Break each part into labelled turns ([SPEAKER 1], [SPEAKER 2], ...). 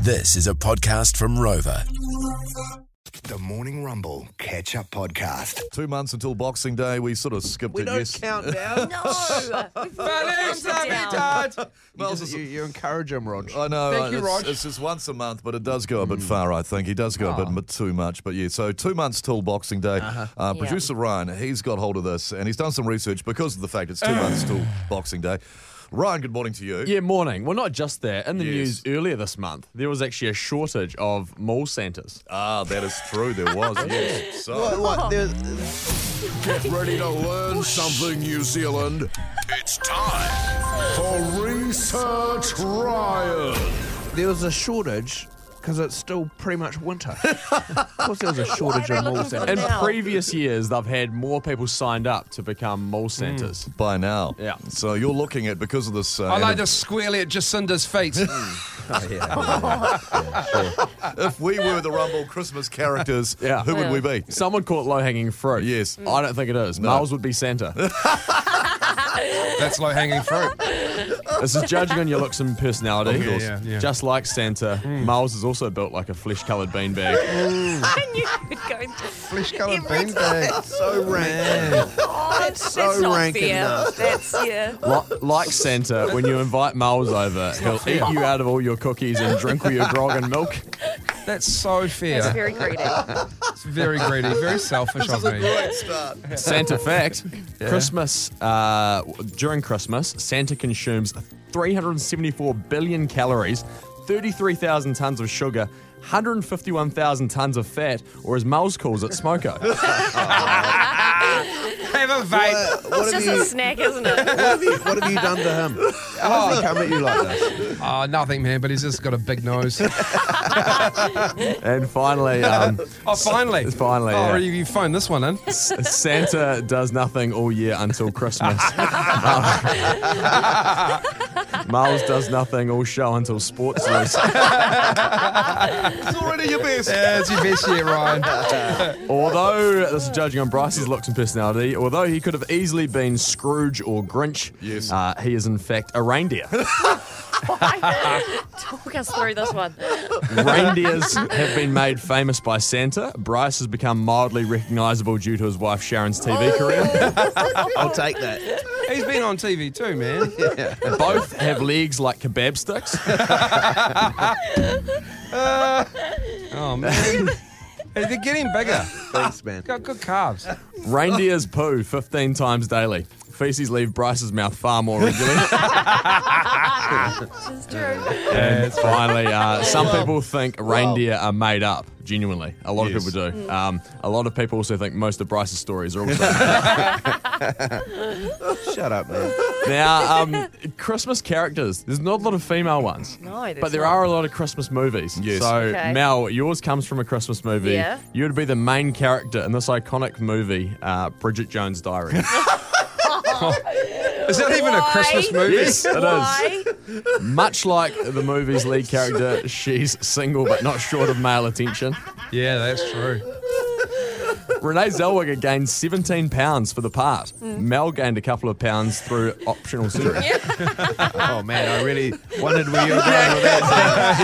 [SPEAKER 1] This is a podcast from Rover.
[SPEAKER 2] The Morning Rumble Catch Up Podcast.
[SPEAKER 3] Two months until Boxing Day. We sort of skipped
[SPEAKER 4] We
[SPEAKER 3] it.
[SPEAKER 4] don't
[SPEAKER 3] yes.
[SPEAKER 4] count down.
[SPEAKER 5] No. We've already counted down.
[SPEAKER 3] Miles is-
[SPEAKER 4] you, you encourage him, Rog.
[SPEAKER 3] I know.
[SPEAKER 4] Thank
[SPEAKER 3] uh,
[SPEAKER 4] you, Mm.
[SPEAKER 3] it's,
[SPEAKER 4] Rog.
[SPEAKER 3] it's just once a month, but it does go a bit far. I think he does go a
[SPEAKER 4] Ah.
[SPEAKER 3] bit m- too much. But yeah, so two months till Boxing Day.
[SPEAKER 4] Uh-huh.
[SPEAKER 3] uh Producer Ryan, he's got hold of this and he's done some research because of the fact it's
[SPEAKER 4] Ah.
[SPEAKER 3] two months till Boxing Day. Ryan, good morning to you.
[SPEAKER 6] Yeah, morning. Well, not just that. In the
[SPEAKER 3] Yes.
[SPEAKER 6] news earlier this month, there was actually a shortage of mall centres.
[SPEAKER 3] Ah, that is true. There was yes. So
[SPEAKER 4] What, there's-
[SPEAKER 7] Ready to learn something, New Zealand? It's time for Research Ryan.
[SPEAKER 4] there was a shortage because it's still pretty much winter. of course, there was a shortage
[SPEAKER 5] they
[SPEAKER 4] of mall
[SPEAKER 5] looking for
[SPEAKER 4] centres.
[SPEAKER 6] In
[SPEAKER 5] Wow.
[SPEAKER 6] previous years, they've had more people signed up to become mall centres.
[SPEAKER 3] by now,
[SPEAKER 6] Yeah.
[SPEAKER 3] So you're looking at because of this. Uh,
[SPEAKER 8] I like
[SPEAKER 3] and
[SPEAKER 8] to squeal at Jacinda's face.
[SPEAKER 3] If we were the Rumble Christmas characters,
[SPEAKER 6] Yeah.
[SPEAKER 3] who would we be?
[SPEAKER 6] Some would call it low hanging fruit.
[SPEAKER 3] Yes.
[SPEAKER 5] Mm.
[SPEAKER 6] I don't think it is. Miles would be Santa.
[SPEAKER 8] That's like hanging fruit.
[SPEAKER 6] this is judging on your looks and personality.
[SPEAKER 8] Of course. Yeah, yeah, yeah.
[SPEAKER 6] Just like Santa,
[SPEAKER 4] Hmm.
[SPEAKER 6] Miles is also built like a flesh coloured beanbag.
[SPEAKER 5] I knew you would go into
[SPEAKER 4] Flesh coloured
[SPEAKER 5] Every
[SPEAKER 4] beanbag. So rank.
[SPEAKER 5] Oh, that's,
[SPEAKER 4] so
[SPEAKER 5] that's not
[SPEAKER 4] rank and
[SPEAKER 5] fair.
[SPEAKER 4] nasty.
[SPEAKER 5] That's yeah.
[SPEAKER 6] Li- like Santa, when you invite Miles over, he'll eat you out of all your cookies and drink all your grog and milk.
[SPEAKER 8] That's so fair.
[SPEAKER 5] That's very greedy.
[SPEAKER 8] It's very greedy, very selfish of me.
[SPEAKER 6] Santa fact, Christmas uh, during Christmas, Santa consumes 374 billion calories, 33,000 tons of sugar, 151,000 tons of fat, or as Miles calls it, smoko.
[SPEAKER 8] Have a vape.
[SPEAKER 5] It's
[SPEAKER 4] What have,
[SPEAKER 5] just
[SPEAKER 4] you,
[SPEAKER 5] a snack, isn't it?
[SPEAKER 4] what, have you, what have you done to him? How has he come at you like this?
[SPEAKER 8] Oh, nothing, man, but he's just got a big nose.
[SPEAKER 6] and finally, um,
[SPEAKER 8] Oh, finally.
[SPEAKER 6] Finally,
[SPEAKER 8] Oh,
[SPEAKER 6] yeah.
[SPEAKER 8] you, you phoned this one in.
[SPEAKER 6] S- Santa does nothing all year until Christmas. Miles does nothing all show until sports race.
[SPEAKER 3] It's already your best.
[SPEAKER 8] Yeah, it's your best year, Ryan.
[SPEAKER 6] Although this is judging on Bryce's looks and personality, although he could have easily been Scrooge or Grinch,
[SPEAKER 3] Yes.
[SPEAKER 6] uh, he is in fact a reindeer.
[SPEAKER 5] Talk us through this one.
[SPEAKER 6] Reindeers have been made famous by Santa. Bryce has become mildly recognisable due to his wife Sharon's
[SPEAKER 3] Oh.
[SPEAKER 6] TV career.
[SPEAKER 4] I'll take that.
[SPEAKER 8] He's been on TV too, man.
[SPEAKER 6] Both have legs like kebab sticks.
[SPEAKER 8] Oh, man. Hey, they're getting bigger.
[SPEAKER 4] Thanks, man.
[SPEAKER 8] Got good calves.
[SPEAKER 6] Reindeers poo 15 times daily. Feces leave Bryce's mouth far more regularly.
[SPEAKER 5] It's true.
[SPEAKER 6] And finally, uh, some people think reindeer are made up. Genuinely, a lot
[SPEAKER 3] Yes.
[SPEAKER 6] of people do. Um, a lot of people also think most of Bryce's stories are also.
[SPEAKER 4] Shut up, man.
[SPEAKER 6] now, um, Christmas characters. There's not a lot of female ones.
[SPEAKER 5] No, there's
[SPEAKER 6] but there
[SPEAKER 5] not.
[SPEAKER 6] are a lot of Christmas movies.
[SPEAKER 3] Yes.
[SPEAKER 6] So,
[SPEAKER 5] Okay.
[SPEAKER 6] Mel, yours comes from a Christmas movie.
[SPEAKER 5] Yeah.
[SPEAKER 6] You would be the main character in this iconic movie, uh, Bridget Jones' Diary.
[SPEAKER 8] Is that even a
[SPEAKER 5] Why?
[SPEAKER 8] Christmas movie?
[SPEAKER 6] yes, it is.
[SPEAKER 5] Why?
[SPEAKER 6] Much like the movie's lead character, she's single but not short of male attention.
[SPEAKER 8] Yeah, that's true.
[SPEAKER 6] Renee Zellweger gained 17 pounds for the part.
[SPEAKER 5] Hmm.
[SPEAKER 6] Mel gained a couple of pounds through optional surgery.
[SPEAKER 4] Oh man, I really wondered where you were going with that.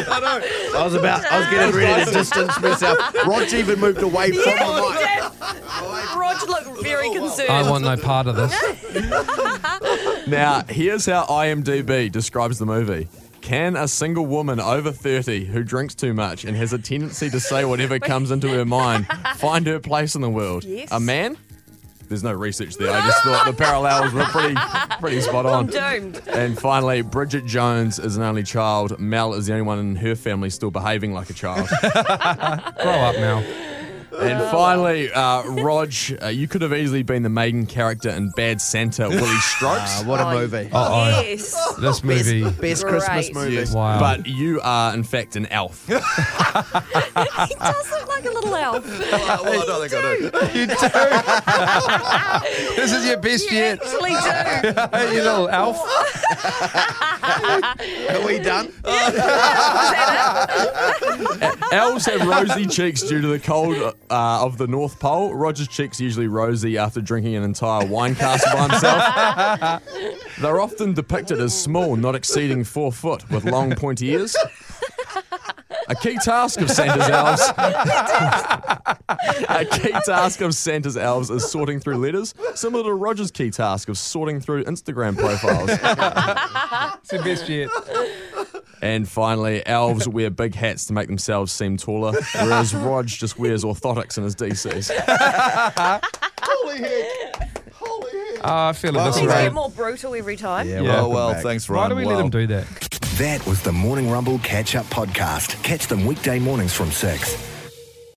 [SPEAKER 4] I was about, I was getting ready to distance myself. Rod's even moved away from the mic.
[SPEAKER 5] Yeah, Dad. Roger looked
[SPEAKER 4] Oh,
[SPEAKER 5] very concerned.
[SPEAKER 8] I want no part of this.
[SPEAKER 6] Now, here's how IMDb describes the movie. Can a single woman over 30 who drinks too much and has a tendency to say whatever comes into her mind find her place in the world?
[SPEAKER 5] Yes.
[SPEAKER 6] A man? There's no research there. I just thought the parallels were pretty pretty spot on.
[SPEAKER 5] I'm doomed.
[SPEAKER 6] And finally, Bridget Jones is an only child. Mel is the only one in her family still behaving like a child.
[SPEAKER 8] Grow up now.
[SPEAKER 6] and finally, uh, Rog, uh, you could have easily been the maiden character in Bad Santa, Willie Strokes.
[SPEAKER 4] Ah, what a movie.
[SPEAKER 8] Uh-oh.
[SPEAKER 5] Yes.
[SPEAKER 8] This movie.
[SPEAKER 4] Best Christmas
[SPEAKER 5] Great.
[SPEAKER 4] movie.
[SPEAKER 8] Wow.
[SPEAKER 6] But you are, in fact, an elf.
[SPEAKER 5] He does look like a little elf.
[SPEAKER 3] Oh, well, I don't think I do.
[SPEAKER 8] you do. this is your best
[SPEAKER 5] You
[SPEAKER 8] yet.
[SPEAKER 5] actually do.
[SPEAKER 8] Hey, you little elf.
[SPEAKER 4] Are we done?
[SPEAKER 3] Oh,
[SPEAKER 6] Elves have rosy cheeks due to the cold uh, of the North Pole. Roger's cheeks are usually rosy after drinking an entire wine cask by himself. They're often depicted as small, not exceeding four foot, with long pointy ears. A key task of Santa's elves. a key task of Santa's elves is sorting through letters, similar to Roger's key task of sorting through Instagram profiles.
[SPEAKER 8] It's the best yet.
[SPEAKER 6] and finally, elves wear big hats to make themselves seem taller, whereas Rog just wears orthotics in his DCs.
[SPEAKER 3] Holy heck. Holy heck.
[SPEAKER 8] Oh, I feel
[SPEAKER 5] Things get
[SPEAKER 8] eviscerated.
[SPEAKER 5] more brutal every time.
[SPEAKER 4] Yeah,
[SPEAKER 3] Oh,
[SPEAKER 4] welcome
[SPEAKER 3] well,
[SPEAKER 4] back.
[SPEAKER 3] thanks, Ryan.
[SPEAKER 8] Why do we let
[SPEAKER 3] Wow.
[SPEAKER 8] him do that?
[SPEAKER 2] That was the Morning Rumble Catch Up Podcast. Catch them weekday mornings from 6.